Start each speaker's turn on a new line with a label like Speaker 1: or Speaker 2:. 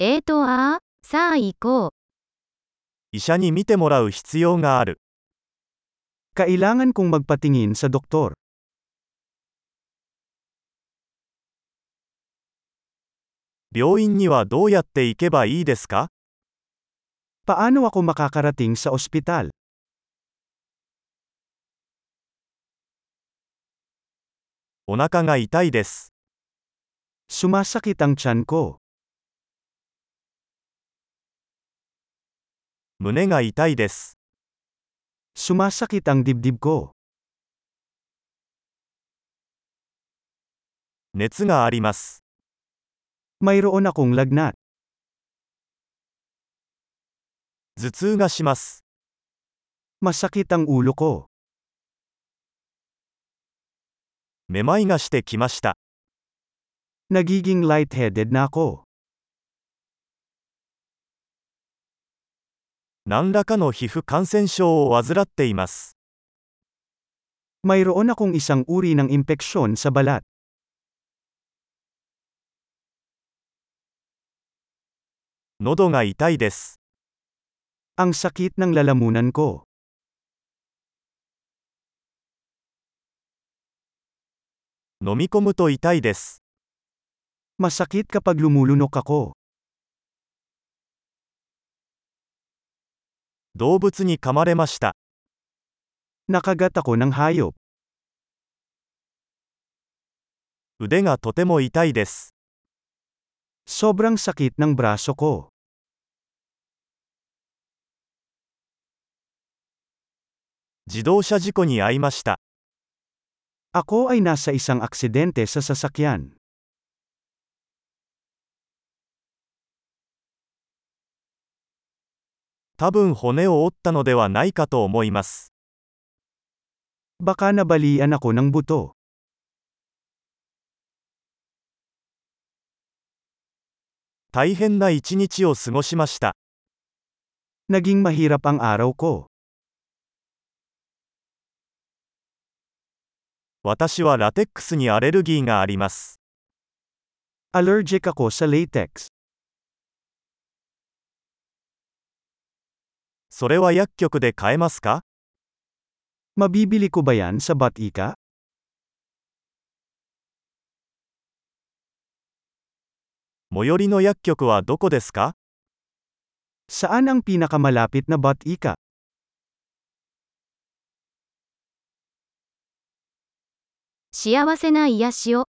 Speaker 1: えーとあー、さあ行こう。
Speaker 2: 医者に見てもらう必要がある。
Speaker 3: Kailangan kong magpatingin sa doktor.
Speaker 2: 病院にはどうやって行けばいいですか
Speaker 3: Paano ako makakarating sa ospital?
Speaker 2: お腹が痛いです。
Speaker 3: Sumasakit ang tiyan ko.
Speaker 2: 胸が痛いです。
Speaker 3: Sumasakit ang dibdib ko.
Speaker 2: 熱があります。
Speaker 3: Mayroon akong lagnat.
Speaker 2: 頭痛がします。
Speaker 3: Masakit ang ulo ko.
Speaker 2: めまいがしてきました。
Speaker 3: Nagiging lightheaded na ako.
Speaker 2: 何らかの皮膚感染症を患っています。
Speaker 3: Mayroon akong isang uri ng impeksyon sa balat.
Speaker 2: 喉が痛いです。
Speaker 3: Ang sakit ng lalamunan ko.
Speaker 2: 飲み込むと痛いです。
Speaker 3: Masakit kapag lumulunok ako.
Speaker 2: 動物に噛まれました。
Speaker 3: Nakagat ako ng hayop.
Speaker 2: 腕がとても痛いです。
Speaker 3: Sobrang sakit ng braso ko.
Speaker 2: 自動車事故に遭いました。
Speaker 3: Ako ay nasa isang aksidente sa sasakyan.
Speaker 2: 多分骨を折ったのではないかと思います。
Speaker 3: Baka nabalian ako ng buto.
Speaker 2: 大変な一日を過ごしました。
Speaker 3: Naging mahirap ang araw ko.
Speaker 2: 私はラテックスにアレルギーがあります。
Speaker 3: Allergic ako sa latex.
Speaker 2: それは薬局で買えますか
Speaker 3: Mabibili ko ba yan sa Batika?
Speaker 2: 最寄りの薬局はどこですか
Speaker 3: Saan ang pinakamalapit na Batika?
Speaker 1: 幸せな癒しを。